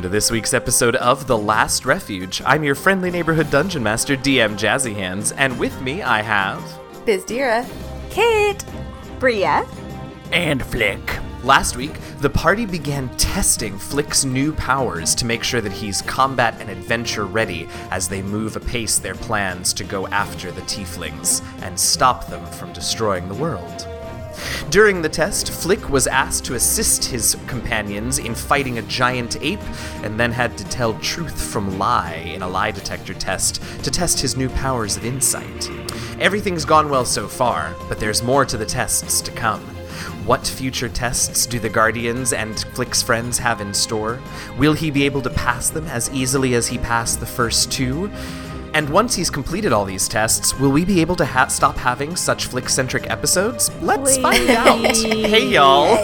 to this week's episode of The Last Refuge. I'm your friendly neighborhood dungeon master, DM Jazzy Hands, and with me I have. Bizdira. Kate, Bria, And Flick. Last week, the party began testing Flick's new powers to make sure that he's combat and adventure ready as they move apace their plans to go after the tieflings and stop them from destroying the world. During the test, Flick was asked to assist his companions in fighting a giant ape and then had to tell truth from lie in a lie detector test to test his new powers of insight. Everything's gone well so far, but there's more to the tests to come. What future tests do the Guardians and Flick's friends have in store? Will he be able to pass them as easily as he passed the first two? And once he's completed all these tests, will we be able to ha- stop having such flick-centric episodes? Let's find out. hey, y'all.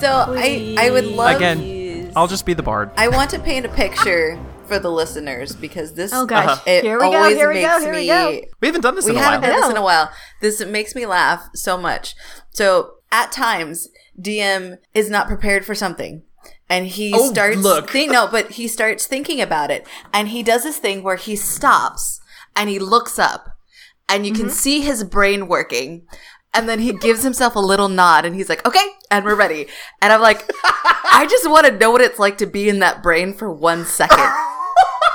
So I I would love Again, I'll just be the bard. I want to paint a picture for the listeners because this Oh, gosh. uh, it Here we go, always here we go, makes here we me go. We haven't done this we in a haven't while. done this No. in a while. This makes me laugh so much. So at times DM is not prepared for something. And he Oh, starts look. thi- no, but he starts thinking about it. And he does this thing where he stops and he looks up and you can Mm-hmm. see his brain working. And then he gives himself a little nod and he's like, okay, and we're ready. And I'm like, I just want to know what it's like to be in that brain for one second.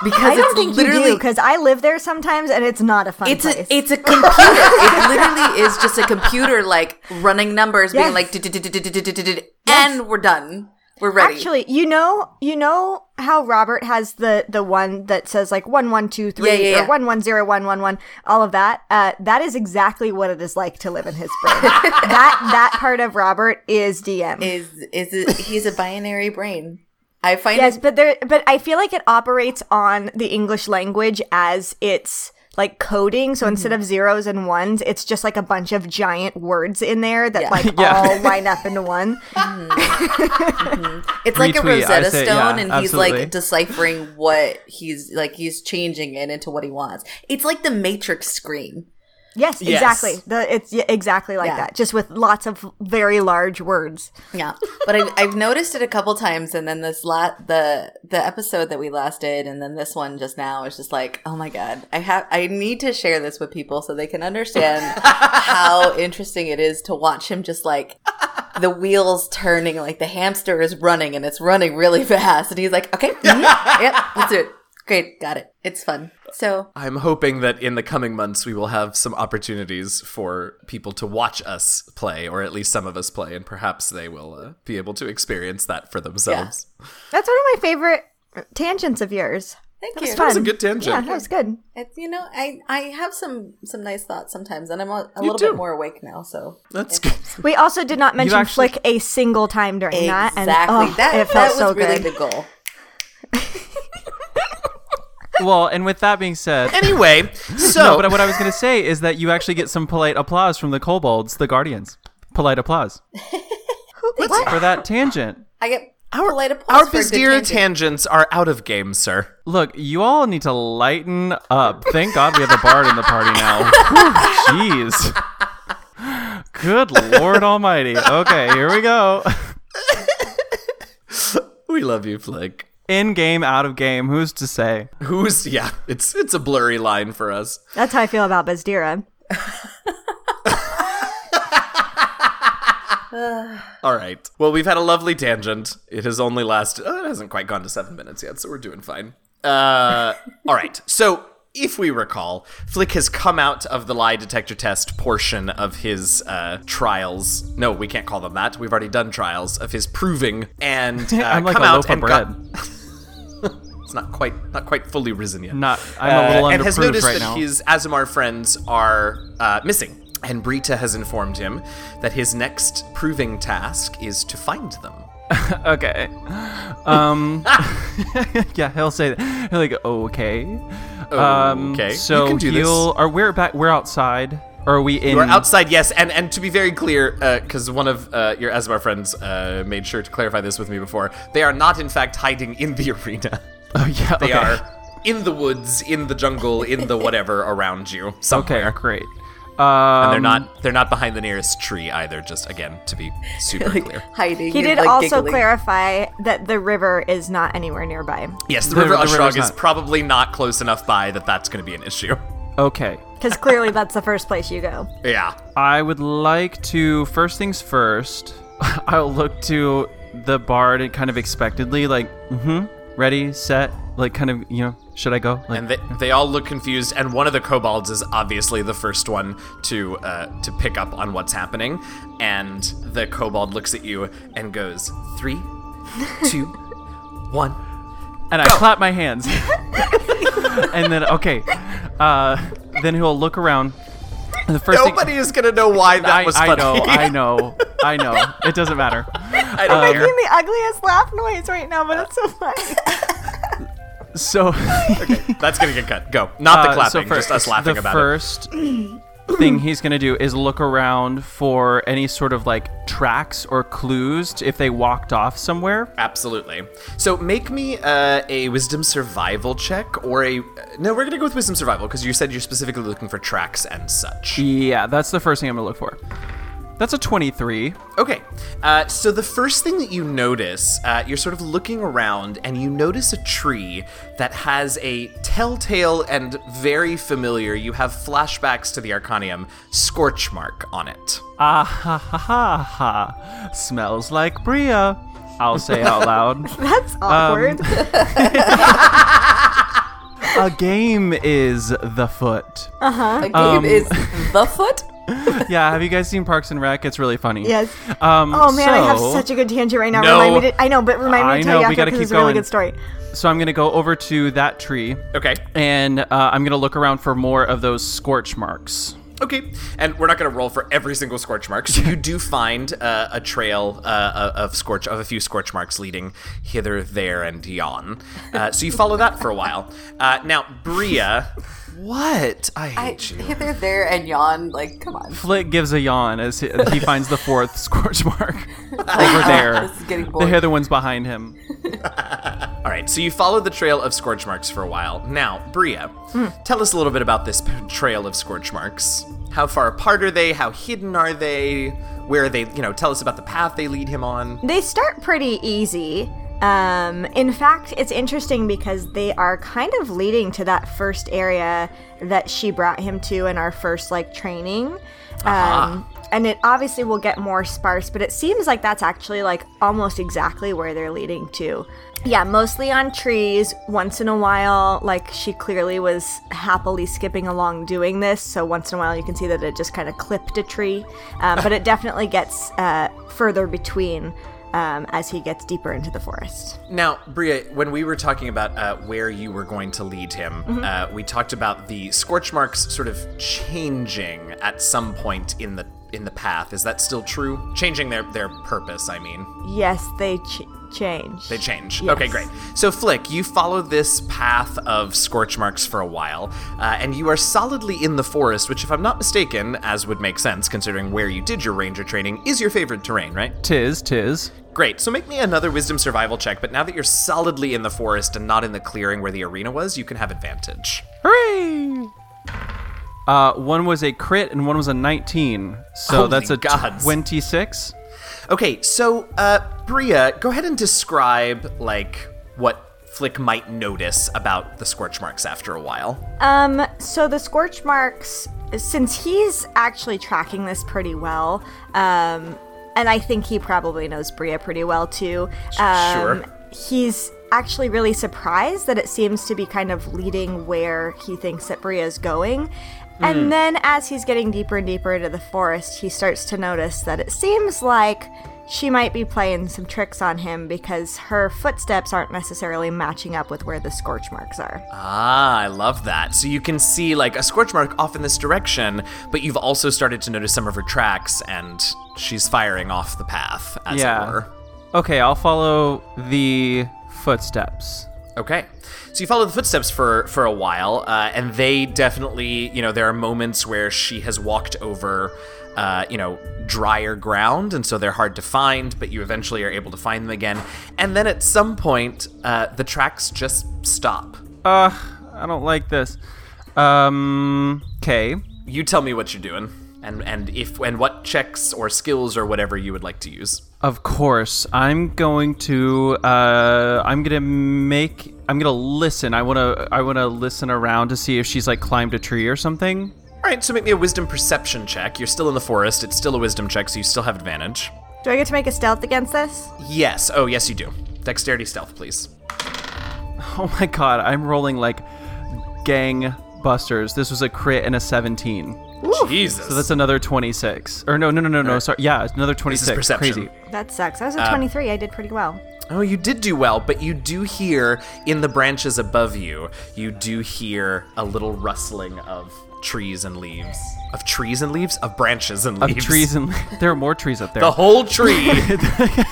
Because I don't it's think literally you do because I live there sometimes, and it's not a fun it's place. a it's a computer. it literally is just a computer like running numbers, being Yes. like, "Du-du-du-du-du-du-du-du-du," and we're done. We're ready. Actually, you know, you know how Robert has the the one that says like one one two three Yeah, yeah, yeah. or one one zero one one one, all of that. Uh, that is exactly what it is like to live in his brain. that that part of Robert is DM. is is it, he's a binary brain? I find yes, it, but there, but I feel like it operates on the English language as its like coding. Mm-hmm. So instead of zeros and ones, it's just like a bunch of giant words in there that Yeah. like Yeah. all line up into one. it's like a Retweet, I Rosetta say- Stone, yeah, and he's absolutely. like deciphering what he's like he's changing it into what he wants. It's like the Matrix screen. Yes, Yes. exactly. The, it's yeah, exactly like Yeah. that, just with lots of very large words. Yeah, but I, I've noticed it a couple times, and then this la- the the episode that we last did, and then this one just now is just like, oh my god, I have I need to share this with people so they can understand how interesting it is to watch him just like the wheels turning, like the hamster is running and it's running really fast, and he's like, okay, mhm, yep, let's do it. Great, got it. It's fun. So I'm hoping that in the coming months we will have some opportunities for people to watch us play, or at least some of us play, and perhaps they will uh, be able to experience that for themselves. That's one of my favorite tangents of yours. thank That was you. fun. That's a good tangent. Yeah, that was good. It's, you know, I I have some some nice thoughts sometimes, and I'm a, a You little do. bit more awake now. So That's good. We also did not mention actually- Flick a single time during that, Exactly. and oh, that, it felt that was so really good. the goal. Well, and with that being said, Anyway, no, so but what I was going to say is that you actually get some polite applause from the kobolds, the guardians. Polite applause What? for that tangent. I get our polite applause our for a good Bizdira tangent. tangents are out of game, sir. Look, you all need to lighten up. Thank God we have a bard in the party now. Whew, Jeez. Good Lord Almighty. Okay, here we go. We love you, Flick. In game, out of game. Who's to say? Who's yeah? It's it's a blurry line for us. That's how I feel about Bizdira. All right. Well, we've had a lovely tangent. It has only lasted. Oh, it hasn't quite gone to seven minutes yet, so we're doing fine. Uh, all right. So. If we recall, Flick has come out of the lie detector test portion of his uh, trials. No, we can't call them that. We've already done trials of his proving and uh, I'm like come a out loaf of and bread. got- it's not quite not quite fully risen yet. Not. I'm a little Uh, underproofed and has noticed right that now. his Azamar friends are uh, missing. And Brita has informed him that his next proving task is to find them. okay. Um. yeah, he'll say that. He'll like, okay. Um, Okay, you So can do this. he'll. um, Are we back? We're outside. Or are we in? We're outside, yes, and and to be very clear, because one of uh, your Azamar friends uh, made sure to clarify this with me before, they are not in fact hiding in the arena. Oh yeah. They okay. are in the woods, in the jungle, in the whatever around you Okay. Um, somewhere. Great. and they're not they're not behind the nearest tree either. Just again to be super clear. hiding. He and, did like, also giggling. clarify that the river is not anywhere nearby Yes, the, The- river the Ushrog river's is not- probably not close enough by that that's going to be an issue. Um, Okay. because clearly that's the first place you go. Yeah. I would like to first things first. I'll look to the bard and kind of expectantly, like, mm-hmm, ready, set, like, kind of, you know, should I go? Like, And they, they all look confused, and one of the kobolds is obviously the first one to uh, to pick up on what's happening. And the kobold looks at you and goes, three, two, one. and I clap my hands. and then, okay, uh, then he'll look around. And the first Nobody is gonna know why that thing, I, was I funny. know, I know, I know. It doesn't matter. I don't I'm care. making the ugliest laugh noise right now, but it's so funny. So. That's gonna get cut. Go. Not the Uh, clapping, just us laughing the about first thing he's gonna do is look around for any sort of like tracks or clues to if they walked off somewhere. it. Absolutely. So make me uh, a wisdom survival check or a. No, we're gonna go with wisdom survival because you said you're specifically looking for tracks and such. Yeah, that's the first thing I'm gonna look for. That's a 23. Okay, uh, so the first thing that you notice, uh, you're sort of looking around and you notice a tree that has a telltale and very familiar, you have flashbacks to the Arcanium, scorch mark on it. Ah ha ha ha ha. Smells like Bria. I'll say out loud. That's Um, awkward. a game is the foot. The game is the foot. Yeah, have you guys seen Parks and Rec? It's really funny. yes. Um, Oh man, I have so- such a good tangent right now. No. Remind me to, I know, but remind me I to tell you know, we after gotta because keep it's a really going. good story. So I'm gonna go over to that tree. Okay. and uh, I'm gonna look around for more of those scorch marks. Okay, and we're not going to roll for every single scorch mark. So you do find uh, a trail uh, of scorch of a few scorch marks leading hither, there, and yon. Uh, so you follow that for a while. Uh, now, Bria, what I I hate you. hither there and yawn. Like, come on. Flick gives a yawn as he, he finds the fourth scorch mark over there. This is getting The boring. other one's behind him. All right, so you follow the trail of scorch marks for a while. Now, Bria, tell us a little bit about this p- trail of scorch marks. How far apart are they? How hidden are they? Where are they? You know, tell us about the path they lead him on. They start pretty easy. Um, in fact, it's interesting because they are kind of leading to that first area that she brought him to in our first like training. Um, and it obviously will get more sparse, but it seems like that's actually like almost exactly where they're leading to. Yeah, mostly on trees. Once in a while, like she clearly was happily skipping along doing this. So once in a while, you can see that it just kind of clipped a tree. Um, but it definitely gets uh, further between um, as he gets deeper into the forest. Now, Bria, when we were talking about uh, where you were going to lead him, uh, we talked about the scorch marks sort of changing at some point in the in the path. Is that still true? Changing their their purpose, I mean. Yes, they ch- change. They change. Yes. Okay, great. So, Flick, you follow this path of scorch marks for a while, uh, and you are solidly in the forest, which, if I'm not mistaken, as would make sense considering where you did your ranger training, is your favorite terrain, right? Tis, tis. Great. So, make me another wisdom survival check, but now that you're solidly in the forest and not in the clearing where the arena was, you can have advantage. Hooray! Uh, one was a crit and one was a 19. So Holy that's a gods. 26. Okay, so, uh, Bria, go ahead and describe, like, what Flick might notice about the scorch marks after a while. Um, so the scorch marks, since he's actually tracking this pretty well, um, and I think he probably knows Bria pretty well too. Um, sure. He's actually really surprised that it seems to be kind of leading where he thinks that Bria is going. And then as he's getting deeper and deeper into the forest, he starts to notice that it seems like she might be playing some tricks on him because her footsteps aren't necessarily matching up with where the scorch marks are. Ah, I love that. So you can see like a scorch mark off in this direction, but you've also started to notice some of her tracks, and she's firing off the path, as it Yeah. were. Okay, I'll follow the footsteps. Okay, so you follow the footsteps for for a while, uh, and they definitely, you know, there are moments where she has walked over, uh, you know, drier ground, and so they're hard to find. But you eventually are able to find them again, and then at some point, uh, the tracks just stop. Uh, I don't like this. Um, okay. you tell me what you're doing, and and if and what checks or skills or whatever you would like to use. Of course, I'm going to. Uh, I'm gonna make. I'm gonna listen. I wanna. I wanna listen around to see if she's like climbed a tree or something. All right, so make me a wisdom perception check. You're still in the forest. It's still a wisdom check, so you still have advantage. Do I get to make a stealth against this? Yes. Oh, yes, you do. Dexterity stealth, please. Oh my god, I'm rolling like gangbusters. This was a crit and a 17. Jesus. So that's another 26. Or no, no, no, no, no. Sorry. Yeah, it's another 26. perception. Crazy. That sucks. I was at 23. I did pretty well. Oh, you did do well, but you do hear in the branches above you, you do hear a little rustling of trees and leaves. Of trees and leaves? Of branches and leaves. Trees and there are more trees up there. The whole tree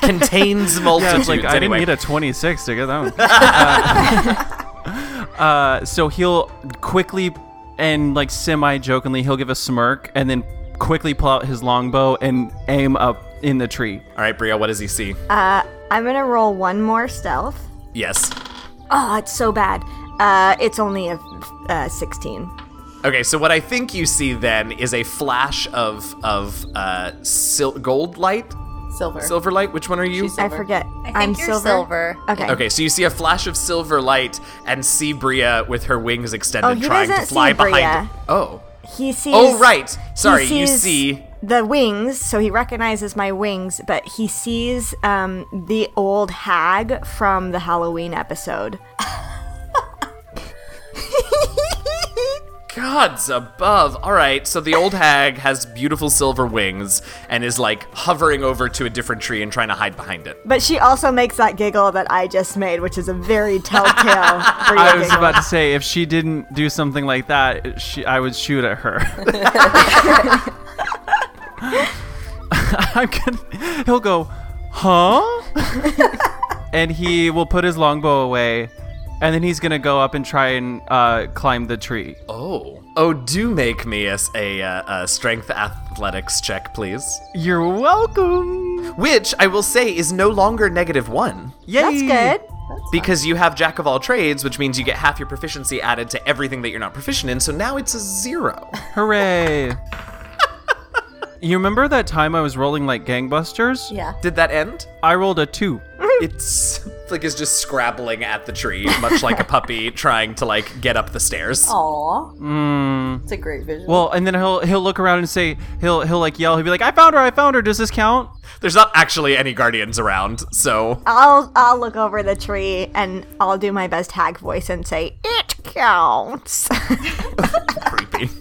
contains yeah, multitudes. it's like I didn't anyway. need a 26 to get that one. uh, uh, so he'll quickly and like semi jokingly, he'll give a smirk and then quickly pull out his longbow and aim up in the tree. All right, Bria, what does he see? Uh, I'm gonna roll one more stealth. yes. Oh, it's so bad. Uh, it's only a uh, 16. Okay, so what I think you see then is a flash of of uh, sil- gold light, Silver. silver light. Which one are you? She's I Silver. forget. think am you're silver. silver. Okay. Okay, so you see a flash of silver light and see Bria with her wings extended, Oh, he trying to doesn't fly see Bria. behind. Oh, He sees. oh, right. Sorry, he you sees see. the wings, so he recognizes my wings, but he sees um, the old hag from the Halloween episode. Gods above. All right, so the old hag has beautiful silver wings and is like hovering over to a different tree and trying to hide behind it. But she also makes that giggle that I just made, which is a very telltale. Bria I was giggle. about to say if she didn't do something like that, she, I would shoot at her. I'm gonna, he'll go, huh? and he will put his longbow away, and then he's gonna go up and try and uh, climb the tree. Oh, oh, do make me a s- a, uh, a strength athletics check, please. You're welcome. Which I will say is no longer negative one. Yay. That's good. Because you have jack of all trades, which means you get half your proficiency added to everything that you're not proficient in, so now it's a zero. Hooray. you remember that time I was rolling like gangbusters? Yeah. Did that end? I rolled a two. It's Flick is just scrabbling at the tree, much like a puppy trying to like get up the stairs. Aw. It's a great visual. Well, and then he'll he'll look around and say he'll he'll like yell. He'll be like, "I found her! I found her! Does this count?" There's not actually any guardians around, so I'll I'll look over the tree and I'll do my best hag voice and say it counts. creepy.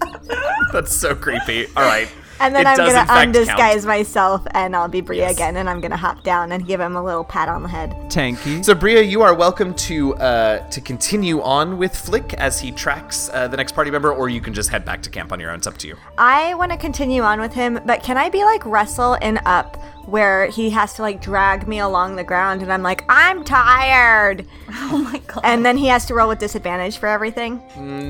That's so creepy. All right. And then It I'm does, gonna in fact, undisguise count. myself and I'll be Bria Yes. again and I'm gonna hop down and give him a little pat on the head. Tanky. So Bria, you are welcome to uh, to continue on with Flick as he tracks uh, the next party member, or you can just head back to camp on your own. It's up to you. I wanna continue on with him, but can I be like Russell in up where he has to like drag me along the ground and I'm like, I'm tired Oh my god. and then he has to roll with disadvantage for everything?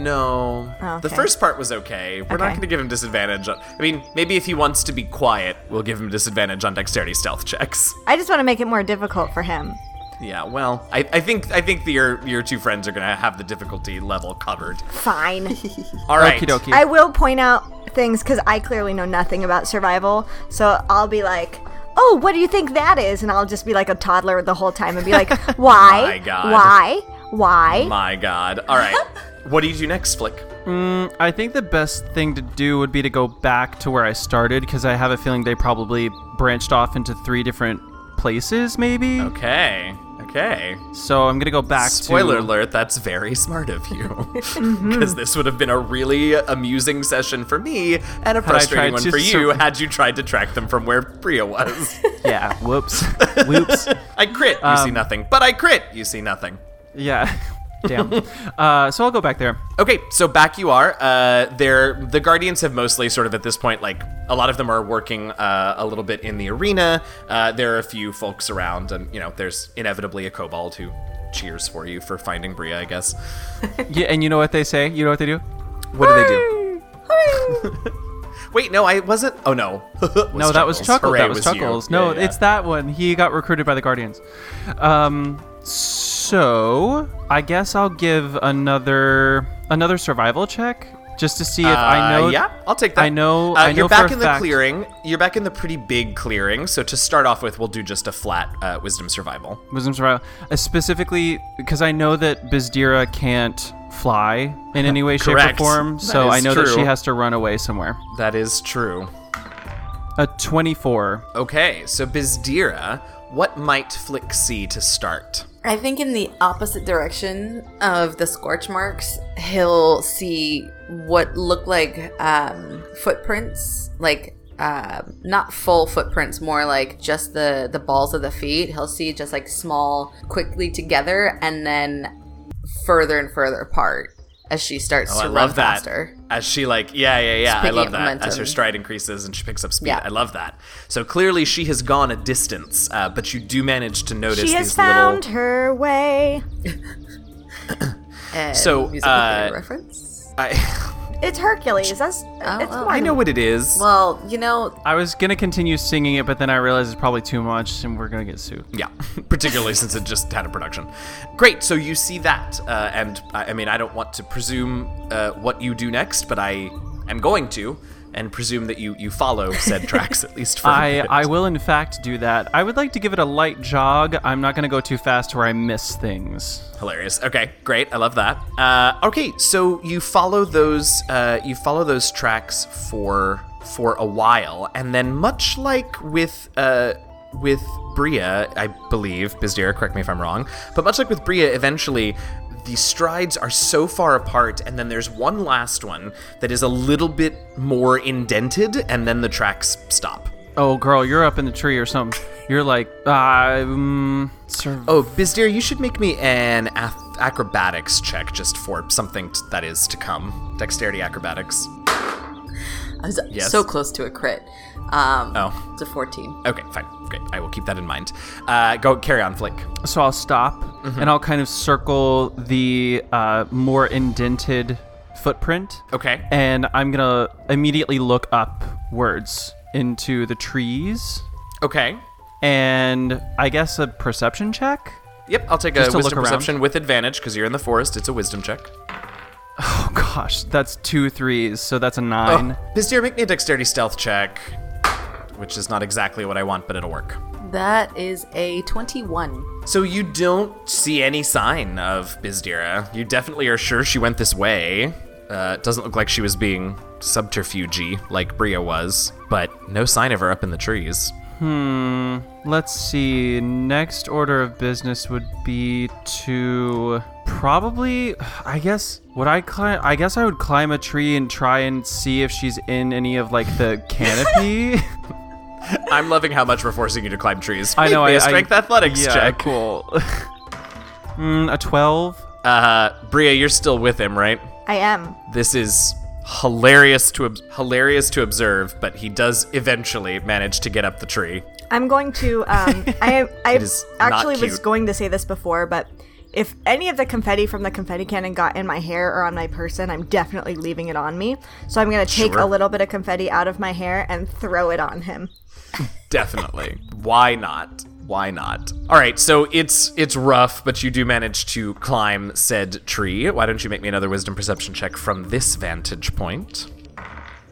No. The Oh, okay. first part was okay. We're not Okay. going to give him disadvantage. On, I mean, maybe if he wants to be quiet, we'll give him disadvantage on dexterity stealth checks. I just wanna make it more difficult for him. Yeah, well, I, I think I think that your your two friends are going to have the difficulty level covered. Fine. All right. Okie dokie. I will point out things because I clearly know nothing about survival. So I'll be like, "Oh, what do you think that is?" And I'll just be like a toddler the whole time and be like, "Why? My God. Why? Why?" My god. All right. what do you do next, Flick? I think the best thing to do would be to go back to where I started because I have a feeling they probably branched off into three different places, maybe. Okay. Okay. So I'm gonna go back. Spoiler to... alert, that's very smart of you. Mm-hmm. Because this would have been a really amusing session for me and a tried frustrating one to for you sur- had you tried to track them from where Priya was. Yeah. Whoops. Whoops. I crit, you Um, see nothing. But I crit, you see nothing. Yeah. Damn. Uh, so I'll go back there. Okay, so back you are. Uh, they're, the Guardians have mostly sort of at this point, like, a lot of them are working uh, a little bit in the arena. Uh, there are a few folks around, and, you know, there's inevitably a kobold who cheers for you for finding Bria, I guess. Yeah. And you know what they say? You know what they do? What do they do? Wait, no, I wasn't. Oh, no. Was No, that was Chuckles. Chuckles. Hooray, that was, you. Chuckles. Yeah, No, yeah. it's that one. He got recruited by the Guardians. Um, so I guess I'll give another another survival check. just to see if I Uh, know. yeah, I'll take that. I know- Uh, I know you're for back a in the fact- clearing. You're back in the pretty big clearing. So to start off with, we'll do just a flat uh, wisdom survival. Wisdom survival. Uh, specifically, because I know that Bizdira can't fly in any way, shape, or Correct. form. That So I is know that she true. has to run away somewhere. That is true. A 24. Okay, so Bizdira, what might Flick see to start? I think in the opposite direction of the scorch marks, he'll see what look like um, footprints, like um not full footprints, more like just the the balls of the feet. He'll see just like small, quickly together, and then further and further apart as she starts Oh, to I run love that. faster. As she like, yeah, yeah, yeah. I picking love up that. As her momentum. stride increases and she picks up speed. Yeah. I love that. So clearly she has gone a distance, uh, but you do manage to notice She has these found little. her way. And So, musical theater uh, reference. I, It's Hercules. That's it's oh. more. I know what it is. Well, you know, I was going to continue singing it, but then I realized it's probably too much and we're going to get sued. Yeah, particularly since it just had a production. Great, so you see that, uh, and I, I mean, I don't want to presume uh, what you do next, but I am going to, and presume that you you follow said tracks at least for. a I, bit. I will, in fact, do that. I would like to give it a light jog. I'm not going to go too fast where I miss things. Hilarious. Okay, great. I love that. Uh, okay, so you follow those uh, you follow those tracks for for a while, and then much like with uh, with Bria, I believe Bizdira, correct me if I'm wrong, but much like with Bria, eventually the strides are so far apart, and then there's one last one that is a little bit more indented, and then the tracks stop. Oh, girl, you're up in the tree or something. You're like, ah, um, sur- Oh, Bizdira, you should make me an ath- acrobatics check just for something t- that is to come. Dexterity acrobatics. I was Yes. so close to a crit. Um, Oh. It's a 14. Okay, fine. Great. I will keep that in mind. Uh, go carry on, Flick. So I'll stop Mm-hmm. and I'll kind of circle the uh, more indented footprint. Okay. And I'm going to immediately look upwards into the trees. Okay. And I guess a perception check? Yep, I'll take Just a to look wisdom around. perception with advantage because you're in the forest. It's a wisdom check. Oh, gosh. That's two threes. So that's a nine. Oh, Bizdira, make me a dexterity stealth check, which is not exactly what I want, but it'll work. That is a 21. So you don't see any sign of Bizdira. You definitely are sure she went this way. Uh, it doesn't look like she was being subterfugey like Bria was, but no sign of her up in the trees. Let's see. Next order of business would be to probably, I guess, would I climb? I guess I would climb a tree and try and see if she's in any of like the canopy. I'm loving how much we're forcing you to climb trees. I know. Make me I a strength I, athletics yeah, check. Cool. mm, a twelve. Uh, Bria, you're still with him, right? I am. This is hilarious to ob- hilarious to observe, but he does eventually manage to get up the tree. I'm going to. Um, I I It is not actually was cute. going to say this before, but if any of the confetti from the confetti cannon got in my hair or on my person, I'm definitely leaving it on me. So I'm going to take Sure. a little bit of confetti out of my hair and throw it on him. Definitely. Why not? Why not? All right, so it's it's rough, but you do manage to climb said tree. Why don't you make me another wisdom perception check from this vantage point?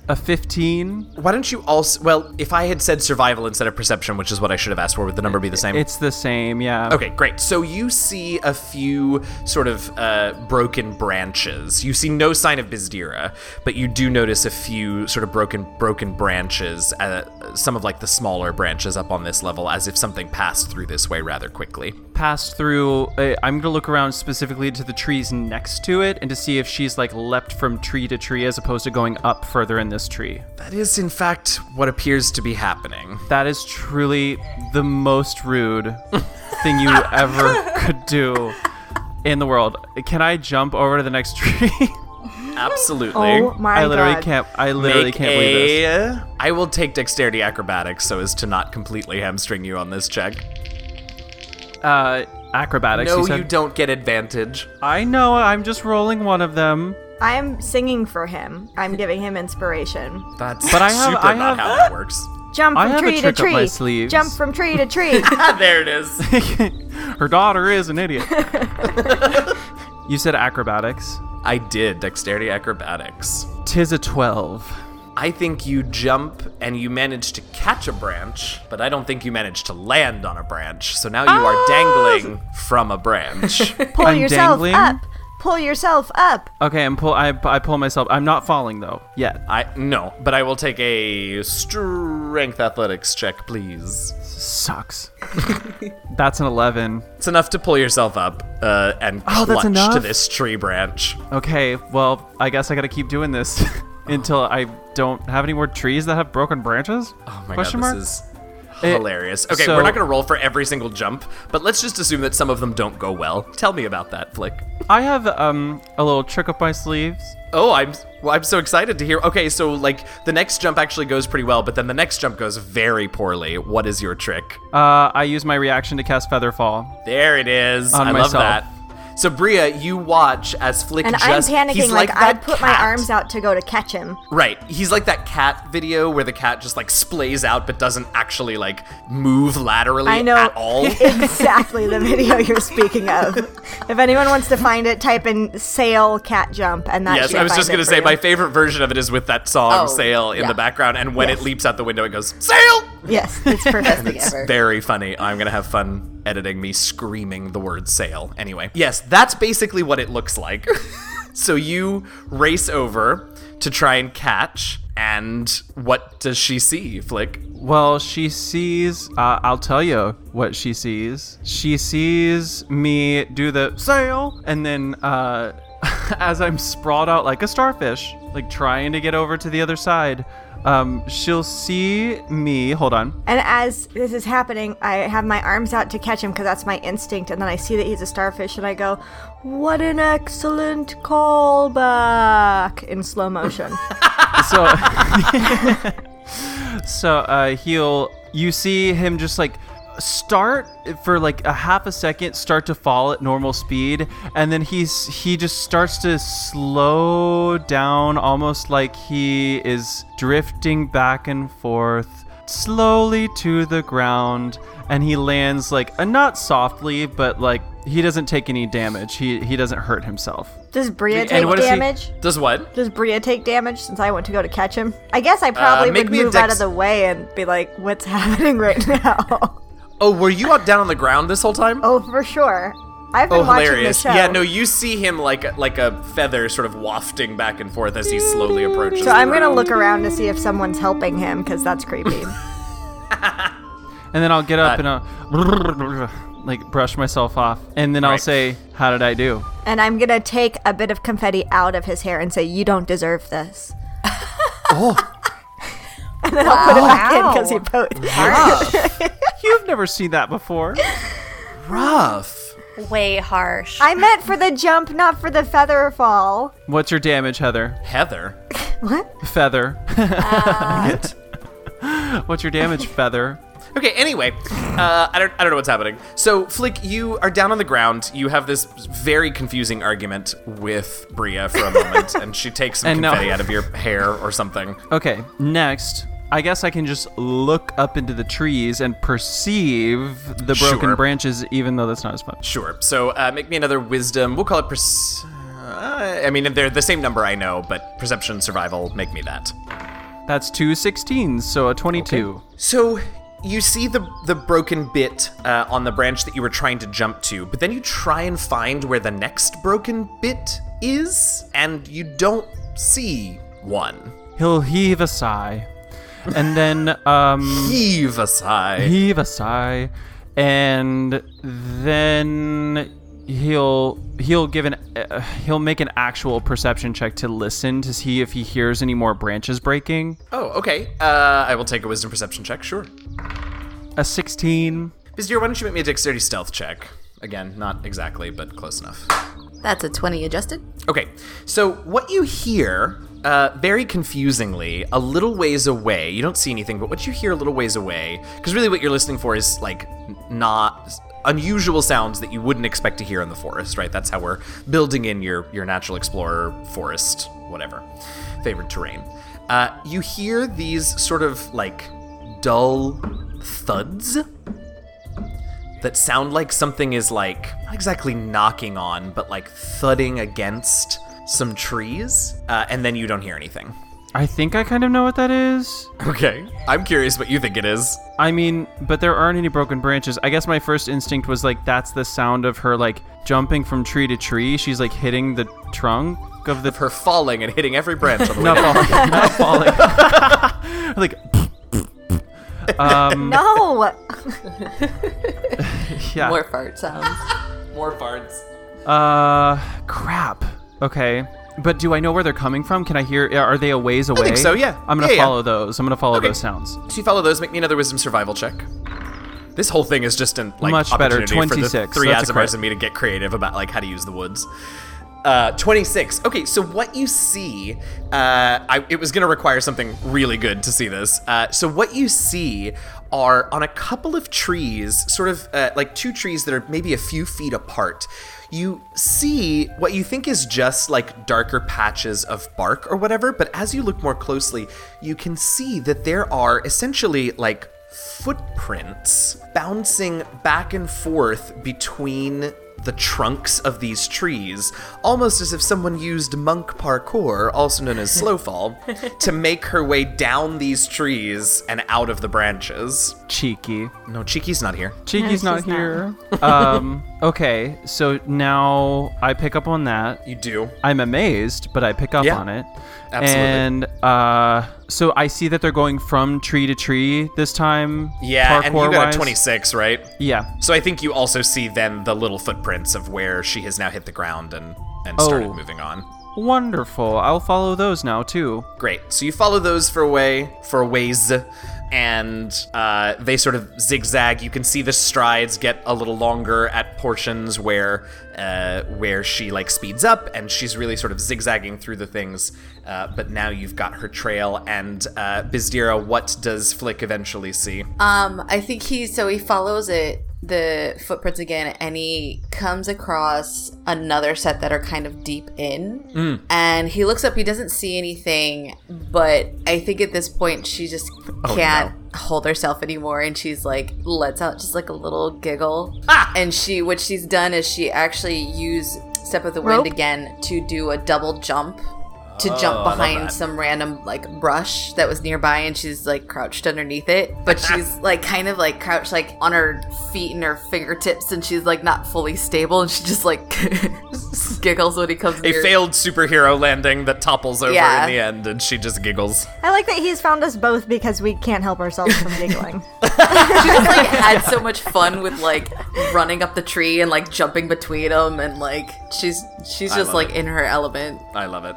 A fifteen. Why don't you also well, if I had said survival instead of perception, which is what I should have asked for, would the number be the same? It's the same. Yeah. Okay, great. So you see a few sort of uh, broken branches. You see no sign of Bizdira, but you do notice a few sort of broken broken branches, uh, some of like the smaller branches up on this level, as if something passed through this way rather quickly. Pass through. Uh, I'm gonna look around specifically to the trees next to it and to see if she's like leapt from tree to tree as opposed to going up further in this tree. That is, in fact, what appears to be happening. That is truly the most rude thing you ever could do in the world. Can I jump over to the next tree? Absolutely. Oh my I literally god! can't. I literally Make can't believe this. a- I will take dexterity acrobatics so as to not completely hamstring you on this check. Uh, acrobatics. No, you, said? you don't get advantage. I know. I'm just rolling one of them. I'm singing for him. I'm giving him inspiration. That's But I have- super I not have- how it works. Jump I from have a tree to trick up my tree. sleeves. Jump from tree to tree. Ah, there it is. Her daughter is an idiot. you said acrobatics. I did dexterity acrobatics. Tis a 12. I think you jump and you manage to catch a branch, but I don't think you manage to land on a branch. So now you Ah! are dangling from a branch. Pull I'm yourself dangling. up. Pull yourself up. Okay, I'm pull. I, I pull myself. I'm not falling though yet. I no, but I will take a strength athletics check, please. Sucks. That's an 11. It's enough to pull yourself up uh, and Oh, that's clutch to enough? this tree branch. Oh Okay, well, I guess I gotta keep doing this until I don't have any more trees that have broken branches. Oh my Question god, mark? this is It- hilarious. Okay, so- we're not gonna roll for every single jump, but let's just assume that some of them don't go well. Tell me about that, Flick. I have um a little trick up my sleeves. Oh, I'm well, I'm so excited to hear. Okay, so like the next jump actually goes pretty well, but then the next jump goes very poorly. What is your trick? Uh, I use my reaction to cast Feather Fall. There it is. On I love myself. that. So Bria, you watch as Flick And just I'm he's panicking. Like, I that put my cat. arms out to go to catch him. Right. He's like that cat video where the cat just like splays out but doesn't actually like move laterally I know at all. exactly the video you're speaking of. If anyone wants to find it, type in "sail cat jump" and that. Yes, should I was find just it going to for say you. my favorite version of it is with that song Oh, Sail in yeah. the background and when it leaps out the window it goes Sail. Yes, it's perfect. Best thing ever. Very funny. I'm going to have fun editing me screaming the word sail. Anyway, yes, that's basically what it looks like. so you race over to try and catch and what does she see, Flick? Well, she sees. Uh, I'll tell you what she sees. She sees me do the sail, and then uh, as I'm sprawled out like a starfish, like trying to get over to the other side, um, she'll see me. Hold on. And as this is happening, I have my arms out to catch him because that's my instinct. And then I see that he's a starfish, and I go, "What an excellent callback!" in slow motion. so so uh, he'll you see him just like start for like a half a second start to fall at normal speed and then he's he just starts to slow down almost like he is drifting back and forth slowly to the ground and he lands like uh, not softly but like he doesn't take any damage he he doesn't hurt himself Does Bria And take what does he- damage? Does what? Does Bria take damage since I went to go to catch him? I guess I probably Uh, make would me a move out dex- of the way and be like, "What's happening right now?" Oh, were you out down on the ground this whole time? oh, for sure. I've been Oh, watching hilarious! the show. Yeah, no, you see him like like a feather, sort of wafting back and forth as he slowly approaches. So I'm gonna look around to see if someone's helping him because that's creepy. And then I'll get up and I'll like brush myself off. And then I'll Right. say, How did I do? and I'm gonna take a bit of confetti out of his hair and say, "You don't deserve this." Oh. because he posed. You've never seen that before. rough. Way harsh. I meant for the jump, not for the feather fall. What's your damage, Heather? Heather, Feather. What's your damage, Feather? Okay, anyway, uh, I don't I don't know what's happening. So Flick, you are down on the ground. You have this very confusing argument with Bria for a moment, and she takes some And no. confetti out of your hair or something. Okay, next. I guess I can just look up into the trees and perceive the broken Sure. branches, even though that's not as fun. Sure. So uh, make me another wisdom. We'll call it. Perce- uh, I mean, they're the same number I know, but perception, survival, make me that. That's two 16s, so a 22. So you see the the broken bit uh, on the branch that you were trying to jump to, but then you try and find where the next broken bit is, and you don't see one. He'll heave a sigh. And then, um. Heave a sigh. heave a sigh and then he'll he'll give an uh, he'll make an actual perception check to listen to see if he hears any more branches breaking Oh, okay. Uh, I will take a wisdom perception check. Sure. a 16 Bizdir, why don't you make me a dexterity stealth check? Again, not exactly, but close enough. That's a 20 adjusted. Okay, so what you hear, uh, very confusingly, a little ways away, you don't see anything, but what you hear a little ways away, because really what you're listening for is like n- not unusual sounds that you wouldn't expect to hear in the forest, right? That's how we're building in your, your natural explorer, forest, whatever, favorite terrain. Uh, you hear these sort of like dull thuds that sound like something is like not exactly knocking on, but like thudding against some trees, uh, and then you don't hear anything. I think I kind of know what that is. Okay. I'm curious what you think it is. I mean, but there aren't any broken branches. I guess my first instinct was like that's the sound of her like jumping from tree to tree. She's like hitting the trunk of the Her falling and hitting every branch on the way. not down. falling, not falling. like No. yeah. More fart sounds. More farts. Uh, crap. Okay. But do I know where they're coming from? Can I hear? uh, Are they a ways away? so, yeah. I'm gonna Yeah, yeah. follow those. I'm gonna follow Okay. those sounds. So you follow those. Make me another wisdom survival check. This whole thing is just an like Much better, opportunity for the 26. three That's a Azimars crit. and me to get creative about like how to use the woods. Uh, 26. Okay, so what you see, uh, I, it was going to require something really good to see this. Uh, so what you see are on a couple of trees, sort of uh, like two trees that are maybe a few feet apart. You see what you think is just like darker patches of bark or whatever, but as you look more closely, you can see that there are essentially like footprints bouncing back and forth between the trunks of these trees, almost as if someone used monk parkour, also known as slow fall, to make her way down these trees and out of the branches. Cheeky. No, Cheeky's not here. Cheeky's No, not she's not. here. um. Okay. So now I pick up on that. You do. I'm amazed, but I pick up Yeah. on it. Absolutely. And uh, so I see that they're going from tree to tree this time. Yeah, and you got parkour-wise. a 26, right? Yeah. So I think you also see then the little footprints of where she has now hit the ground and, and started Oh. moving on. Wonderful. I'll follow those now too. Great. So you follow those for a way, for a ways, and uh, they sort of zigzag. You can see the strides get a little longer at portions where uh, where she like speeds up, and she's really sort of zigzagging through the things. Uh, but now you've got her trail, and uh, Bizdira, what does Flick eventually see? Um, I think he so he follows it the footprints again, and he comes across another set that are kind of deep in. And he looks up. He doesn't see anything, but I think at this point she just can't hold herself anymore, and she's like lets out just like a little giggle. Ah! And she, what she's done is she actually used step of the wind Rope? again to do a double jump. To jump Oh, love behind that. some random like brush that was nearby and she's like crouched underneath it but she's like kind of like crouched like on her feet and her fingertips and she's like not fully stable and she just like giggles when he comes A near. failed superhero landing that topples over Yeah. in the end, and she just giggles. I like that he's found us both because we can't help ourselves from giggling. she just like had so much fun with like running up the tree and like jumping between them and like she's she's I just love like it. in her element I love it.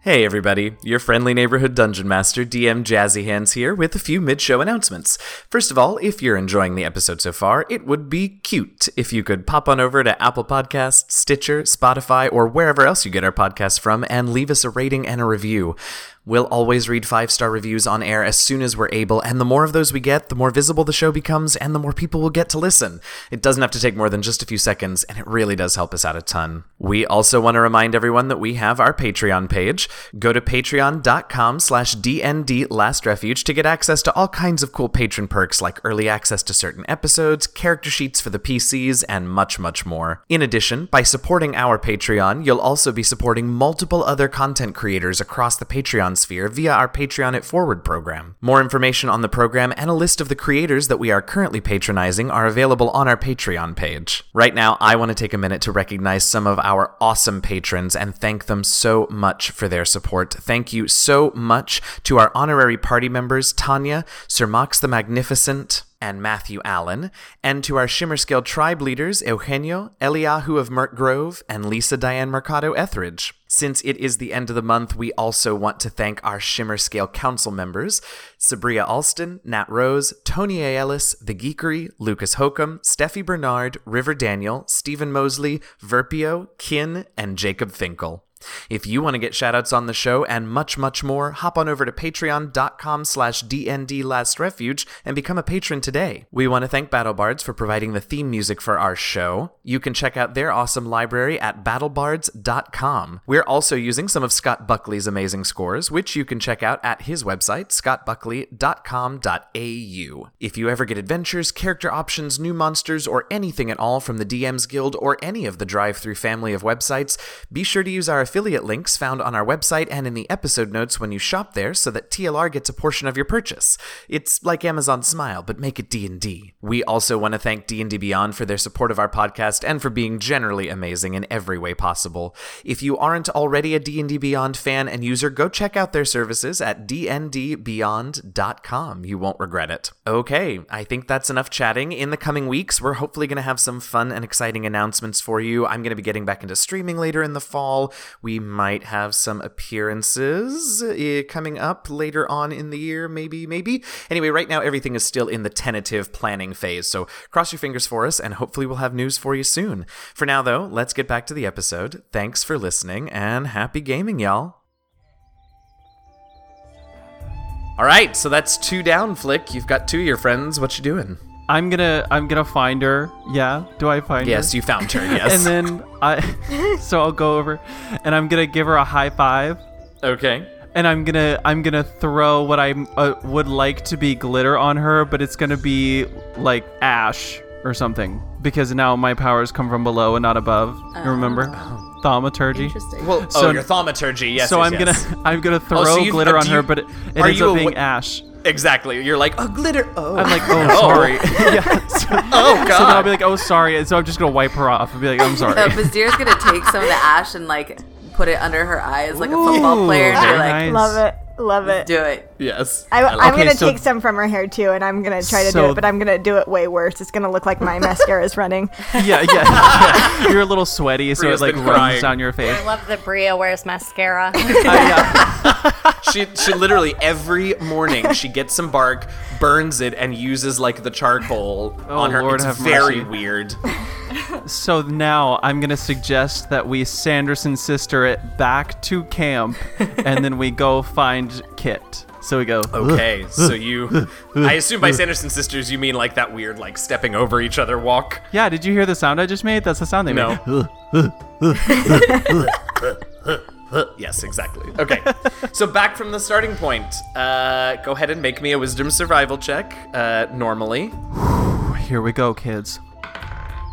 Hey everybody, your friendly neighborhood dungeon master DM Jazzy Hands here with a few mid-show announcements. First of all, if you're enjoying the episode so far, it would be cute if you could pop on over to Apple Podcasts, Stitcher, Spotify, or wherever else you get our podcast from and leave us a rating and a review. We'll always read five-star reviews on air as soon as we're able, and the more of those we get, the more visible the show becomes and the more people will get to listen. It doesn't have to take more than just a few seconds, and it really does help us out a ton. We also want to remind everyone that we have our Patreon page. Go to patreon.com slash DND Last Refuge to get access to all kinds of cool patron perks like early access to certain episodes, character sheets for the PCs, and much, much more. In addition, by supporting our Patreon, you'll also be supporting multiple other content creators across the Patreon sphere via our Patreon It Forward program. More information on the program and a list of the creators that we are currently patronizing are available on our Patreon page. Right now, I want to take a minute to recognize some of our awesome patrons and thank them so much for their support. Thank you so much to our honorary party members, Tanya, Sir Mox the Magnificent, and Matthew Allen, and to our Shimmerscale tribe leaders, Eugenio, Eliahu of Merk Grove, and Lisa Diane Mercado Etheridge. Since it is the end of the month, we also want to thank our Shimmerscale Council members, Sabria Alston, Nat Rose, Tony A. Ellis, The Geekery, Lucas Hokum, Steffi Bernard, River Daniel, Stephen Mosley, Verpio, Kin, and Jacob Finkel. If you want to get shoutouts on the show and much, much more, hop on over to patreon.com slash dndlastrefuge and become a patron today. We want to thank BattleBards for providing the theme music for our show. You can check out their awesome library at battlebards.com. We're also using some of Scott Buckley's amazing scores, which you can check out at his website, scottbuckley.com.au. If you ever get adventures, character options, new monsters, or anything at all from the DM's Guild or any of the drive through family of websites, be sure to use our affiliate links found on our website and in the episode notes when you shop there so that TLR gets a portion of your purchase. It's like Amazon Smile, but make it D&D. We also want to thank D&D Beyond for their support of our podcast and for being generally amazing in every way possible. If you aren't already a D&D Beyond fan and user, go check out their services at dndbeyond.com. You won't regret it. Okay, I think that's enough chatting. In the coming weeks, we're hopefully going to have some fun and exciting announcements for you. I'm going to be getting back into streaming later in the fall. We might have some appearances eh, coming up later on in the year, maybe, maybe. Anyway, right now everything is still in the tentative planning phase, so cross your fingers for us, and hopefully we'll have news for you soon. For now, though, let's get back to the episode. Thanks for listening, and happy gaming, y'all. All right, so that's two down, Flick. You've got two of your friends. What you doing? I'm gonna I'm gonna find her. Yeah. Do I find her? Yes, you found her. Yes. And then I so I'll go over and I'm gonna give her a high five okay. and I'm gonna I'm gonna throw what I uh, would like to be glitter on her, but it's gonna be like ash or something because now my powers come from below and not above. You remember thaumaturgy? Interesting. Well, So- oh, your thaumaturgy. Yes. so yes, I'm yes. gonna I'm gonna throw so you've- glitter uh, on do her, you- but it, it are ends you up a being wh- ash. Exactly. You're like, oh, glitter. Oh. I'm like, oh, sorry. yeah. So, oh so then I'll God. be like, oh, sorry. And so I'm just gonna wipe her off and be like, I'm sorry. No, Bazir's gonna take some of the ash and like put it under her eyes like a football player and very be like, nice. Love it. Love it. do it. yes. I, I like- am Okay, gonna so- take some from her hair too, and I'm gonna try to do So- it, but I'm gonna do it way worse. It's gonna look like my mascara is running. yeah, yeah, yeah. You're a little sweaty, so Bria's it like been runs crying. down your face. I love the Bria wears mascara. Uh, yeah. she she literally every morning she gets some bark, burns it, and uses like the charcoal on her. Oh, Lord it's have very mercy. weird. So now I'm gonna suggest that we Sanderson sister it back to camp, and then we go find Kit. So we go. Okay, so you, I assume by Sanderson sisters you mean like that weird like stepping over each other walk. Yeah, did you hear the sound I just made? That's the sound they made. No. yes, exactly. Okay. So back from the starting point. Uh, go ahead and make me a wisdom survival check. Uh, normally. Here we go, kids.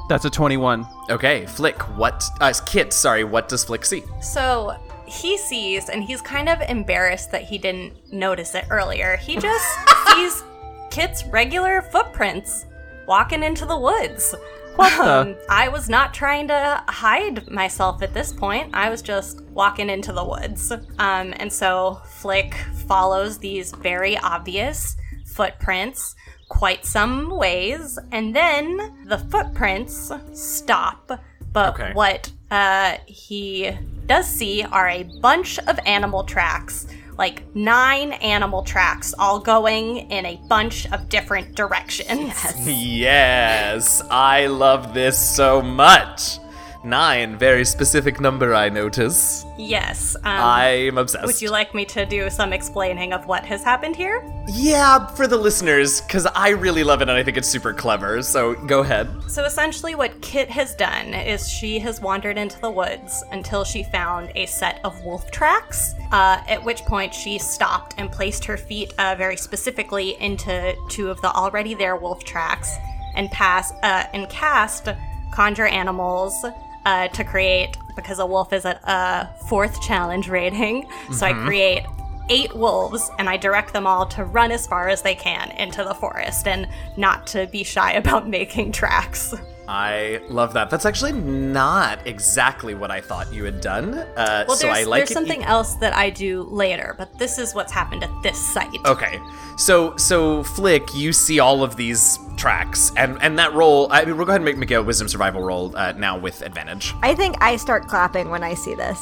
That's a 21. Okay, Flick. What? Uh, Kit. Sorry. What does Flick see? so he sees, and he's kind of embarrassed that he didn't notice it earlier. He just sees Kit's regular footprints walking into the woods. What the? Um, I was not trying to hide myself at this point. I was just walking into the woods. Um, and so Flick follows these very obvious footprints quite some ways, and then the footprints stop. But Okay. what uh, he does see are a bunch of animal tracks. Like nine animal tracks, all going in a bunch of different directions. Yes, I love this so much. Nine, very specific number. I notice. Yes. Um, I'm obsessed. Would you like me to do some explaining of what has happened here? Yeah, for the listeners, because I really love it and I think it's super clever. So go ahead. So, essentially, what Kit has done is she has wandered into the woods until she found a set of wolf tracks, uh, at which point she stopped and placed her feet uh, very specifically into two of the already there wolf tracks and, pass, uh, and cast Conjure Animals uh, to create, because a wolf is at a fourth challenge rating. So, I create eight wolves and I direct them all to run as far as they can into the forest and not to be shy about making tracks. I love that. That's actually not exactly what I thought you had done. Uh, Well, so there's, I like there's it. something else that I do later, but this is what's happened at this site. Okay, so so Flick, you see all of these tracks, and and that roll. I mean, we'll go ahead and make Miguel wisdom survival roll uh, now with advantage. I think I start clapping when I see this.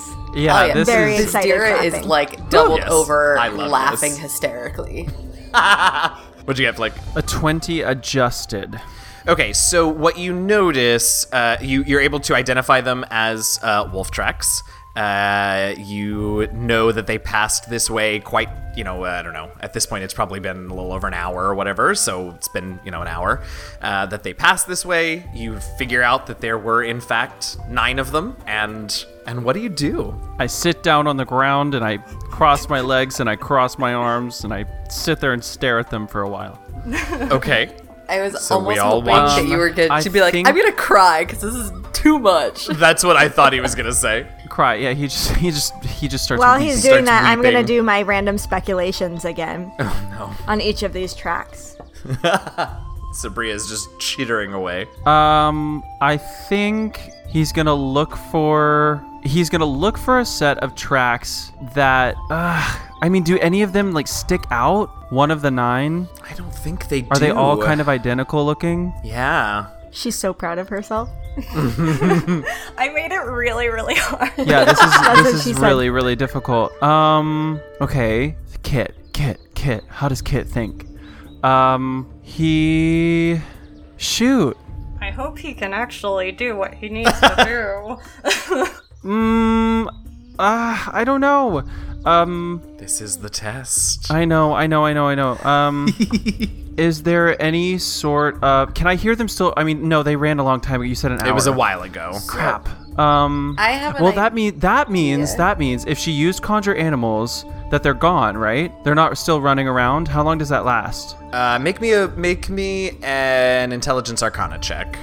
Yeah, Oh, yeah, this very is. Oh, excited. Dira is clapping. like doubled Yes, over, I love laughing this. hysterically. What'd you get, Flick? A 20 adjusted. Okay, so what you notice, uh, you you're able to identify them as uh, wolf tracks. Uh, you know that they passed this way quite, you know, I don't know. At this point, it's probably been a little over an hour or whatever, so it's been, you know, an hour uh, that they passed this way. You figure out that there were, in fact, nine of them, and and what do you do? I sit down on the ground and I cross my legs and I cross my arms and I sit there and stare at them for a while. Okay. I was So we almost all hoping watched- that you were Um, going I to be like, think- I'm gonna cry because this is too much. That's what I thought he was gonna say. Cry. Yeah, he just he just he just starts While weeping. Oh. he's doing starts that, I'm gonna weeping. do my random speculations again. On each of these tracks. Sabria is just chittering away. Um, I think he's gonna look for he's gonna look for a set of tracks that. Uh, I mean, do any of them like stick out? One of the nine? I don't think they do. Are they all kind of identical looking? Yeah. She's so proud of herself. I made it really, really hard. Yeah, this is what this she is said. really really difficult. Um, okay, Kit, Kit, Kit. How does Kit think? Um, he shoot. I hope he can actually do what he needs to do. Mm, uh, I don't know. Um, This is the test. I know, I know, I know, I know. Um, is there any sort of? Can I hear them still? I mean, no, they ran a long time ago. You said an hour. It was a while ago. Crap. Um, I have an well, idea. that mean that means that means if she used conjure animals, that they're gone, right? They're not still running around. How long does that last? Uh, make me a make me an intelligence arcana check.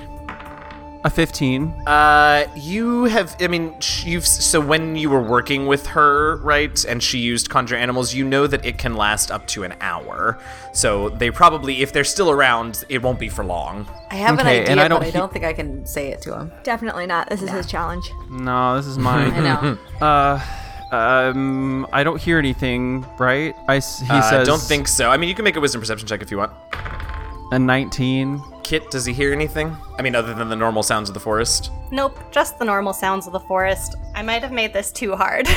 A fifteen. Uh, you have, I mean, sh- you've, so when you were working with her, right, and she used conjure animals, you know that it can last up to an hour. So they probably, if they're still around, it won't be for long. I have Okay, an and idea, I don't but I he- don't think I can say it to him. Definitely not. This is his challenge. No, this is I mine. know. uh, um, I don't hear anything, right? I s- he I says. Uh, don't think so. I mean, you can make a wisdom perception check if you want. a nineteen. Kit, does he hear anything? I mean, other than the normal sounds of the forest. nope, just the normal sounds of the forest. I might have made this too hard.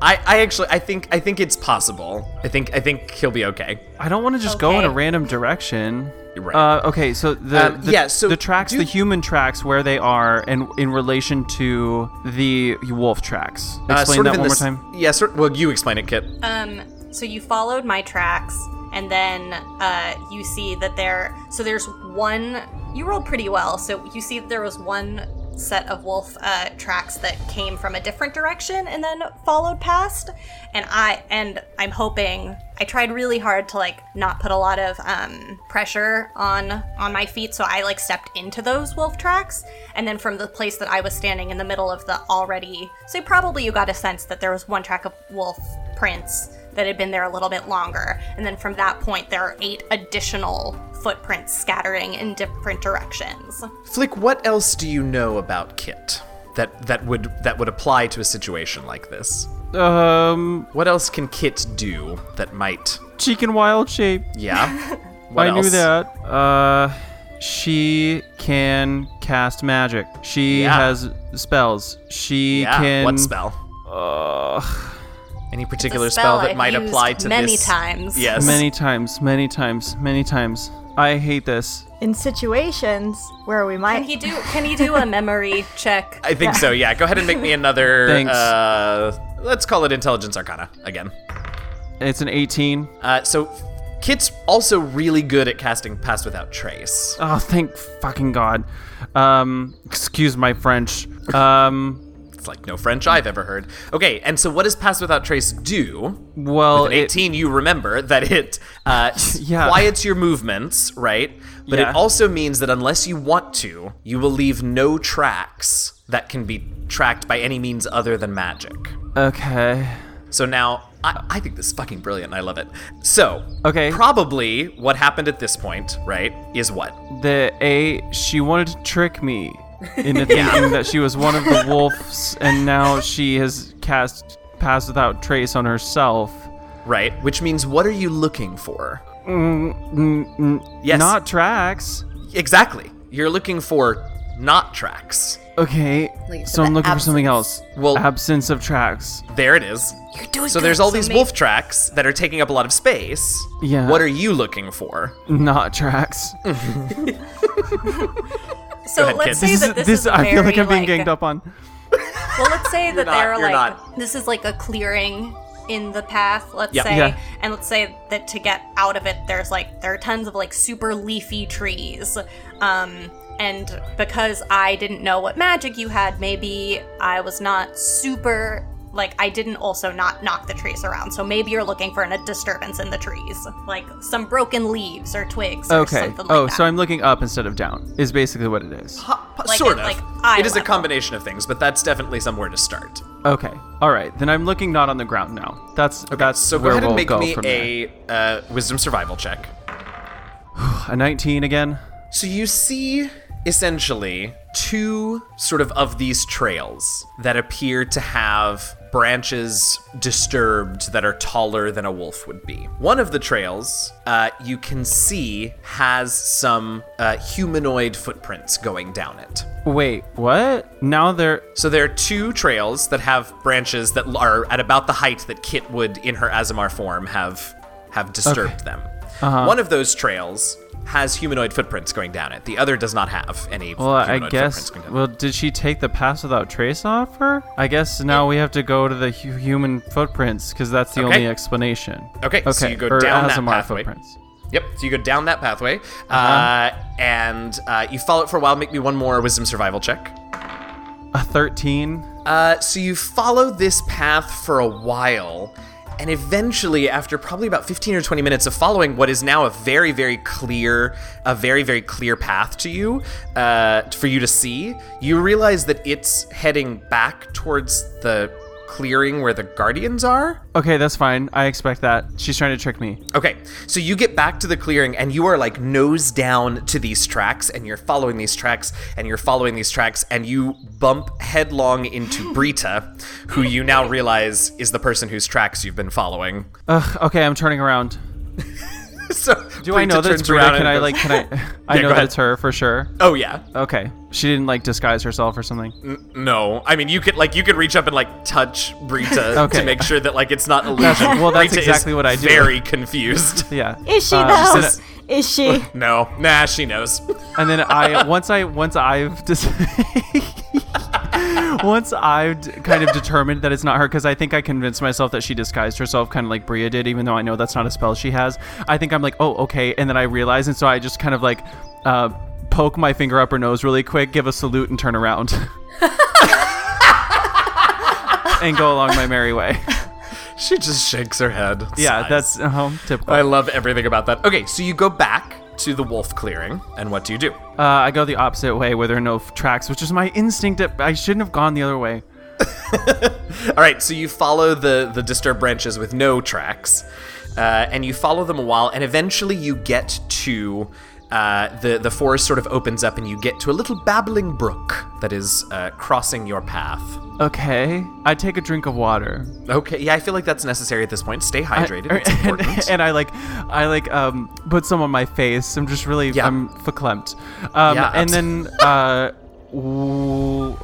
I, I actually, I think, I think it's possible. I think, I think he'll be okay. I don't want to just go in a Okay. random direction. You're right. Uh, okay, so the, Um, the yeah, so the tracks, do- the human tracks, where they are, and in relation to the wolf tracks. Uh, Explain sort that of in one this- more time. Yeah, sort, well, you explain it, Kit. um, so you followed my tracks, and then uh, you see that there. So there's one. You rolled pretty well, so you see that there was one set of wolf uh, tracks that came from a different direction and then followed past. And I and I'm hoping. I tried really hard to like not put a lot of um, pressure on on my feet, so I like stepped into those wolf tracks, and then from the place that I was standing in the middle of the already, so probably you got a sense that there was one track of wolf prints that had been there a little bit longer, and then from that point there are eight additional footprints scattering in different directions. Flick, what else do you know about Kit that that would that would apply to a situation like this? Um, What else can Kit do that might? chicken wild shape. Yeah. What I else? knew that. Uh, she can cast magic. She Yeah. has spells. She Yeah. can. What spell? Ugh, Any particular spell spell, that I've might used apply to many this? times. Yes. many times, many times, many times. I hate this. In situations where we might Can he do? Can he do a memory check? I think so. Yeah. Go ahead and make me another. Thanks. Uh, let's call it intelligence arcana again. It's an 18. Uh, so. Kit's also really good at casting Pass Without Trace. Oh, thank fucking God. Um, excuse my French. Um, It's like no French I've ever heard. Okay, and so what does Pass Without Trace do? well, At it- 18 you remember that it uh, Yeah. quiets your movements right but Yeah. it also means that unless you want to you will leave no tracks that can be tracked by any means other than magic okay. so now I, I think this is fucking brilliant and i love it so Okay. probably what happened at this point right is what The A, she wanted to trick me into thinking that she was one of the wolves, and now she has cast Pass Without Trace on herself. right which means what are you looking for Yeah. Yes. Mm, Not tracks. exactly you're looking for not tracks Okay, Like, so the I'm looking for something else. absence. Well- absence of tracks. there it is You're doing so there's all these wolf tracks that are taking up a lot of space Yeah. what are you looking for Not tracks. So ahead, let's kid. say that this, is a I feel very, like I'm being ganged up on. Well, let's say that not- they're you're like not. this is like a clearing in the path. Let's Yeah. say, Yeah. and let's say that to get out of it, there's like there are tons of like super leafy trees. Um, and because I didn't know what magic you had, maybe I was not super like I didn't also not knock the trees around. So maybe you're looking for a disturbance in the trees, like some broken leaves or twigs. Or Okay. something like oh, that. so I'm looking up instead of down. Is basically what it is. P- Like sort at, of. like, eye it is a level. combination of things, but that's definitely somewhere to start. Okay. All right. Then I'm looking not on the ground now. That's that's So go where ahead and we'll make go me from there. a uh, wisdom survival check. a 19 again. So you see essentially two sort of of these trails that appear to have branches disturbed that are taller than a wolf would be. One of the trails uh, you can see has some uh, humanoid footprints going down it. Wait, what? Now they're So there are two trails that have branches that are at about the height that Kit would, in her Azamar form, have have disturbed them. Uh-huh. One of those trails has humanoid footprints going down it. The other does not have any. Well, I humanoid footprints guess. going down it. Well, did she take the pass without trace off her? I guess now we have to go to the hu- human footprints because that's the Okay. only explanation. Okay, so you go or down that Azamar pathway. footprints. Yep. So you go down that pathway, Uh-huh. uh and uh, you follow it for a while. Make me one more wisdom survival check. A thirteen. Uh, so you follow this path for a while, and eventually, after probably about 15 or 20 minutes of following what is now a very, very clear, a very, very clear path to you, uh, for you to see, you realize that it's heading back towards the clearing where the guardians are. Okay, that's fine. I expect that. She's trying to trick me. Okay, so you get back to the clearing and you are like nose down to these tracks and you're following these tracks and you're following these tracks and you bump headlong into Brita, who you now realize is the person whose tracks you've been following. Ugh. Okay, I'm turning around. So Do I know that it's Brita? Can I like? Can I? I Yeah, go know that ahead. it's her for sure. Oh yeah. Okay. She didn't like disguise herself or something. No. I mean you could like you could reach up and like touch Brita Okay. to make sure that like it's not illusion. well, that's Brita is exactly what I do. Very confused. Yeah. Is she Uh, though? said- Is she? No. Nah, she knows. and then I once I once I've dis- once I've d- kind of determined that it's not her because I think I convinced myself that she disguised herself kind of like Bria did, even though I know that's not a spell she has. I think I'm like, oh okay, and then I realize, and so I just kind of like uh, poke my finger up her nose really quick, give a salute, and turn around. and go along my merry way. She just shakes her head. Yeah, Sighs. that's um, typical. I Uh, love everything about that. Okay, so you go back to the wolf clearing, and what do you do? Uh, I go the opposite way where there are no f- tracks, which is my instinct. That I shouldn't have gone the other way. All right, so you follow the the disturbed branches with no tracks, uh, and you follow them a while, and eventually you get to. Uh, the the forest sort of opens up and you get to a little babbling brook that is uh, crossing your path. Okay, I take a drink of water. Okay, yeah, I feel like that's necessary at this point. Stay hydrated. it's and, important. and I like, I like, um, put some on my face. I'm just really, Yeah. I'm verklempt. Um, Yeah, and then, uh, w-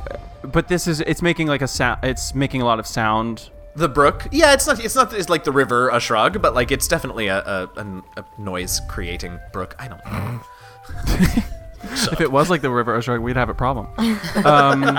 but this is, it's making like a sound. It's making a lot of sound. the brook, yeah, it's not it's not it's like the river, a shrug, but like it's definitely a a, an- a noise creating brook. I don't know. If it was like the river Oshrug, we'd have a problem. Um,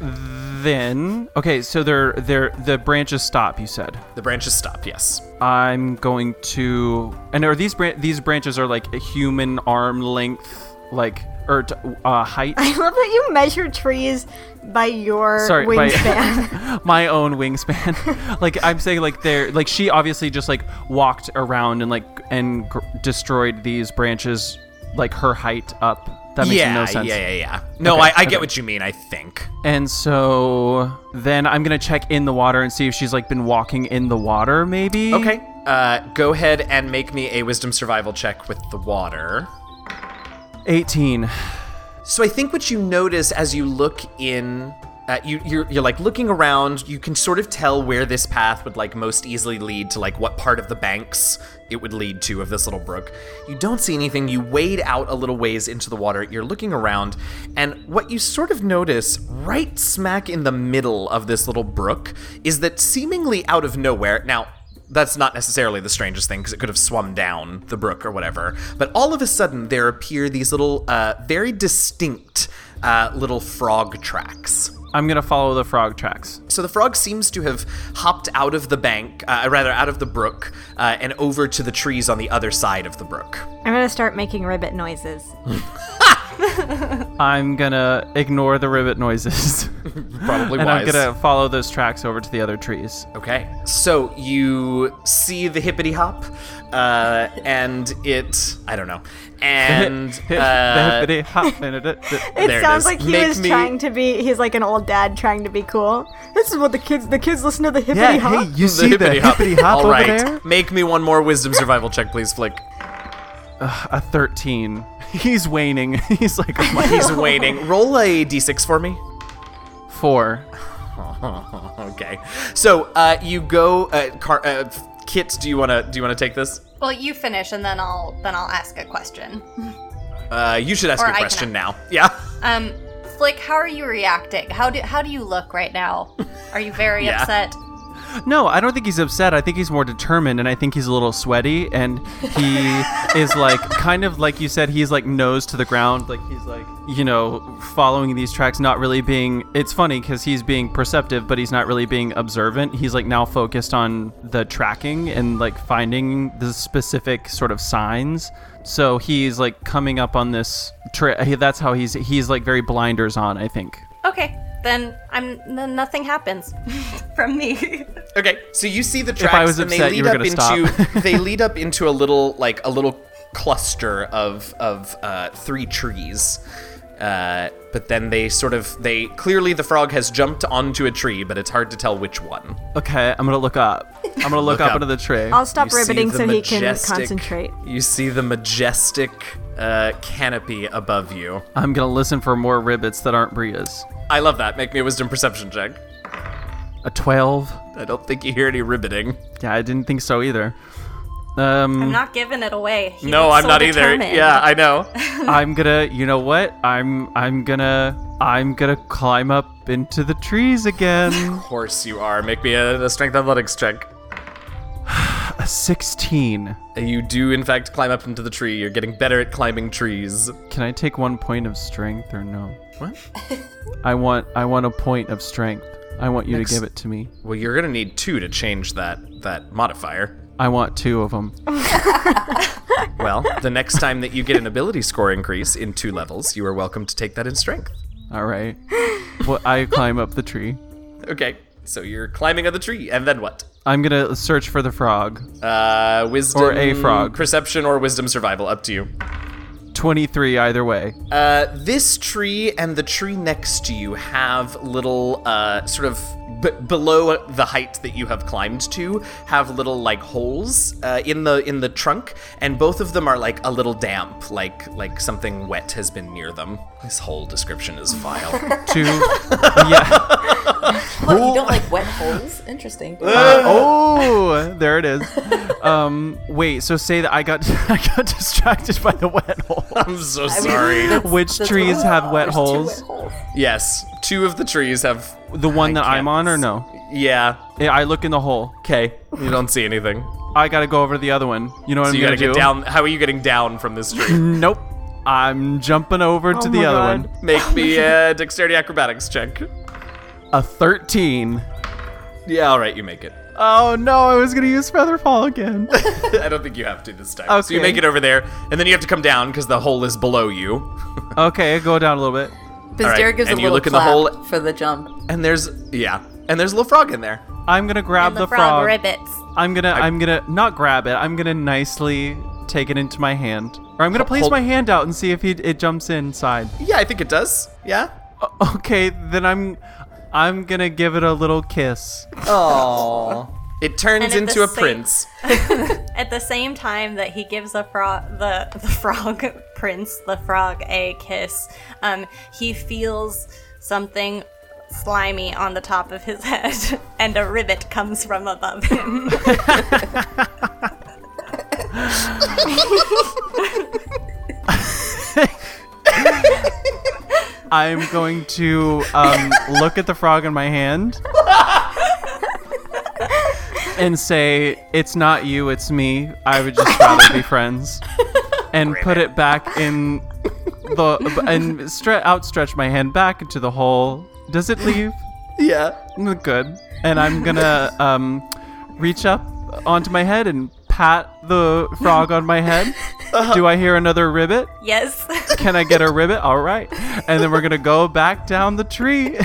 then, okay, so they're they're the branches stop. You said. The branches stop. Yes. I'm going to. And are these bran- these branches are like a human arm length, like or t- uh, height? I love that you measure trees by your Sorry, by- wingspan. my own wingspan. like I'm saying, like they're like she obviously just like walked around and like and gr- destroyed these branches, like her height up. That makes yeah, no sense. yeah, yeah, yeah. No, Okay, I, I okay. get what you mean. I think. And so then I'm gonna check in the water and see if she's like been walking in the water, maybe. Okay. Uh, go ahead and make me a wisdom survival check with the water. 18. So I think what you notice as you look in, uh, you you're, you're like looking around. You can sort of tell where this path would like most easily lead to, like what part of the banks it would lead to of this little brook. You don't see anything. You wade out a little ways into the water. You're looking around, and what you sort of notice right smack in the middle of this little brook is that seemingly out of nowhere. Now that's not necessarily the strangest thing because it could have swum down the brook or whatever. But all of a sudden, there appear these little, uh, very distinct uh, little frog tracks. I'm gonna follow the frog tracks. So the frog seems to have hopped out of the bank, uh, rather out of the brook, uh, and over to the trees on the other side of the brook. I'm gonna start making ribbit noises. I'm gonna ignore the ribbit noises, Probably and I'm wise. gonna follow those tracks over to the other trees. Okay. So you see the hippity hop, uh, and it, I don't know. And uh, Hippity hop in it. It There it sounds is. like he Make was me- trying to be. He's like an old dad trying to be cool. This is what the kids. The kids listen to the hippity Yeah, hop. hey, you see the hippity hop, All over right. there? Make me one more wisdom survival check, please, Flick. A 13. He's waning. He's like, oh my He's waning. Roll a d6 for me. four. okay. So uh, you go, uh, car- uh, Kit. Do you wanna do you wanna take this? Well, you finish, and then I'll then I'll ask a question. Uh, you should ask Or your I can question ask. now. Yeah. Um, Flick, how are you reacting? How do how do you look right now? Are you very Yeah. upset? No, I don't think he's upset. I think he's more determined, and I think he's a little sweaty. And he is like, kind of like you said, he's like nose to the ground. Like he's like, you know, following these tracks, not really being. It's funny because he's being perceptive, but he's not really being observant. He's like now focused on the tracking and like finding the specific sort of signs. So he's like coming up on this. Tra- he- that's how he's he's like very blinders on. I think. Okay, then I'm then nothing happens from me. Okay, so you see the tracks, I was and they upset, lead you were up gonna into stop. they lead up into a little like a little cluster of of uh, three trees. Uh, but then they sort of they clearly the frog has jumped onto a tree, but it's hard to tell which one. Okay, I'm gonna look up. I'm gonna look, Look up, up. into the tree. I'll stop You see ribbiting the so he can majestic- concentrate. You see the majestic uh, canopy above you. I'm gonna listen for more ribbits that aren't Bria's. I love that. Make me a wisdom perception check. A 12? I don't think you hear any ribbiting. Yeah, I didn't think so either. I'm Um, not giving it away. He No, looks I'm so not either. determined. Yeah, I know. I'm gonna, you know what? I'm, I'm gonna, I'm gonna climb up into the trees again. of course you are. Make me a, a strength athletics check. A 16. You do, in fact, climb up into the tree. You're getting better at climbing trees. Can I take one point of strength or no? What? I want, I want a point of strength. I want you to give it to me. Well, you're gonna need two to change that that modifier. I want two of them. Well, the next time that you get an ability score increase in two levels, you are welcome to take that in strength. All right. Well, I climb up the tree. Okay, so you're climbing on the tree, and then what? I'm gonna search for the frog. Uh, wisdom Or a frog. perception, or wisdom survival. Up to you. 23 either way. Uh, this tree and the tree next to you have little, uh, sort of b- below the height that you have climbed to, have little like holes uh, in the in the trunk, and both of them are like a little damp, like like something wet has been near them. This whole description is vile. Two. yeah. What, you don't like wet holes? Interesting. Uh, oh, there it is. Um, wait. So say that I got I got distracted by the wet hole. I'm so sorry. Which That's trees what- have wet There's two holes? wet holes. yes, two of the trees have. The one that I'm can't on, or s- no? Yeah. Yeah, I look in the hole. Okay. You don't see anything. I gotta go over to the other one. You know what So I'm you gonna gotta get do? down. How are you getting down from this tree? Nope. I'm jumping over to Oh the my other God. one. Make me a dexterity acrobatics check. A 13. Yeah. All right. You make it. Oh no! I was gonna use Featherfall again. I don't think you have to this time. So Okay. you make it over there, and then you have to come down because the hole is below you. Oh. okay, go down a little bit. All Bizdera right, gives a and you little look in the clap hole- for the jump. And there's yeah, and there's a little frog in there. I'm gonna grab And the, frog, frog. ribbits. I'm gonna I, am gonna not grab it. I'm gonna nicely take it into my hand, or I'm gonna place hold- my hand out and see if he, it jumps inside. Yeah, I think it does. Yeah. O- Okay, then I'm I'm gonna give it a little kiss. Aww. It turns And if into the a sa- prince. At the same time that he gives the frog, the the frog prince, the frog a kiss, um, he feels something slimy on the top of his head, and a ribbit comes from above him. I'm going to um, look at the frog in my hand and say, "It's not you, it's me. I would just rather be friends," and put it back in the and stre- outstretch my hand back into the hole Does it leave? Yeah. Mm, Good. And I'm gonna um, reach up onto my head and pat the frog on my head. Uh-huh. Do I hear another ribbit? Yes. Can I get a ribbit? All right. And then we're gonna go back down the tree.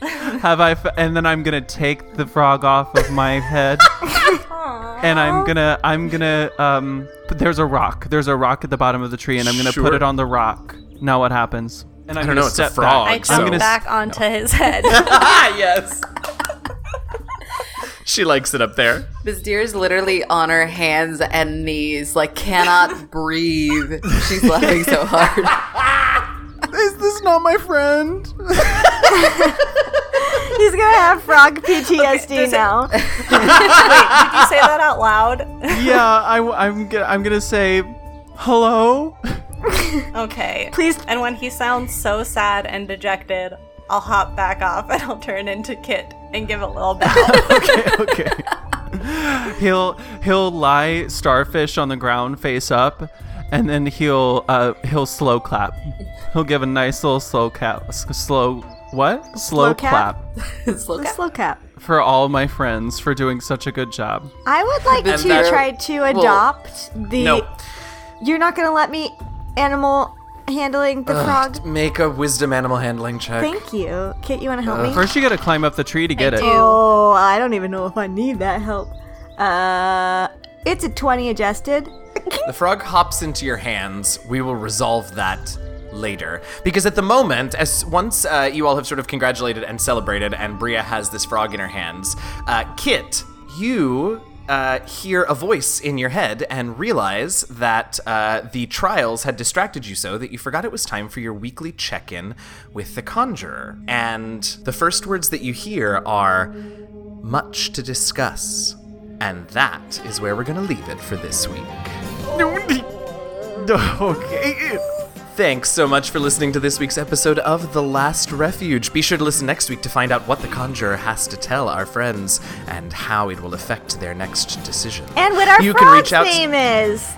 Have I? F- and then I'm gonna take the frog off of my head. And I'm gonna, I'm gonna, um, but there's a rock. There's a rock at the bottom of the tree, and I'm gonna put Sure. it on the rock. Now what happens? And I'm I don't gonna know, it's a step back. frog, I so- jump gonna s- back onto his head. Ah, yes. she likes it up there. This deer is literally on her hands and knees, like cannot breathe. She's laughing so hard. Is this not my friend? He's gonna have frog PTSD does it- now. Did you say that out loud? yeah, I, am gonna, I'm gonna say hello. Okay. Please- And when he sounds so sad and dejected, I'll hop back off and I'll turn into Kit and give a little bow. okay, okay. he'll he'll lie starfish on the ground face up, and then he'll uh he'll slow clap. He'll give a nice little slow clap. s- Slow what? Slow, clap? Slow Let's clap. look up. for all my friends for doing such a good job. I would like And to that- try to adopt the. No. You're not gonna let me animal handling the frog. Make a wisdom animal handling check. Thank you, Kit. You want to help me? First, you gotta climb up the tree to get it. do. Oh, I don't even know if I need that help. Uh, it's a twenty adjusted. The frog hops into your hands. We will resolve that later because at the moment as once uh, you all have sort of congratulated and celebrated and bria has this frog in her hands uh, kit you uh, hear a voice in your head and realize that uh, the trials had distracted you so that you forgot it was time for your weekly check-in with the conjurer and the first words that you hear are much to discuss and that is where we're going to leave it for this week Okay. Thanks so much for listening to this week's episode of The Last Refuge. Be sure to listen next week to find out what the conjurer has to tell our friends and how it will affect their next decision. And what our you can frog's reach out name is.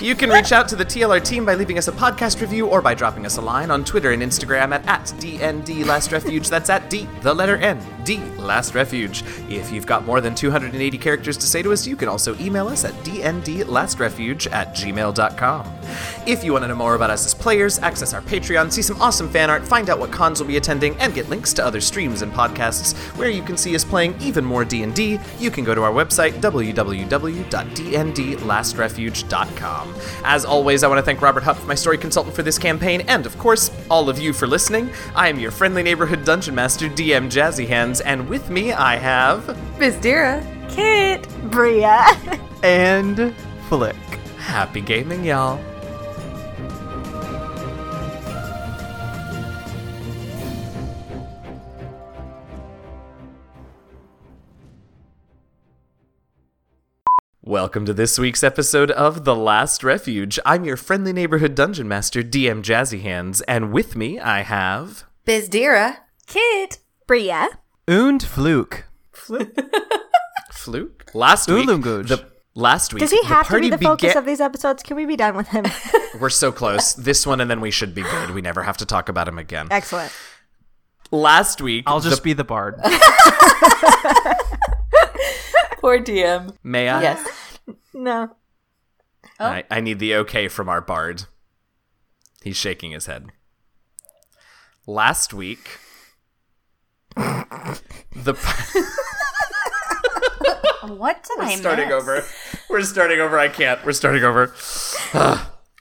you can reach out to the TLR team by leaving us a podcast review or by dropping us a line on Twitter and Instagram at, at DND Last Refuge. That's at D, the letter N, D Last Refuge. If you've got more than 280 characters to say to us, you can also email us at DNDLastRefuge at gmail.com. If you want to know more about us as players, access our Patreon, see some awesome fan art, find out what cons we'll be attending, and get links to other streams and podcasts where you can see us playing even more D&D, you can go to our website www.dndlastrefuge.com. As always, I want to thank Robert Huff, my story consultant for this campaign, and of course, all of you for listening. I am your friendly neighborhood dungeon master, DM Jazzy Hands, and with me I have Miss Dira. Kit! Bria. And flick. Happy Gaming, y'all. Welcome to this week's episode of The Last Refuge. I'm your friendly neighborhood dungeon master, DM Jazzy Hands, and with me I have. Biz Dira. Kit! Bria. Und fluke. Fluke? Last week. Ulunguj. The, last week. Does he the have to party be the focus began- of these episodes? Can we be done with him? We're so close. This one, and then we should be good. We never have to talk about him again. Excellent. Last week, I'll just be the bard. Poor DM. May I? Yes. No. I, I need the okay from our bard. He's shaking his head. Last week, the What did I starting miss? over. We're starting over. I can't. We're starting over. Ah.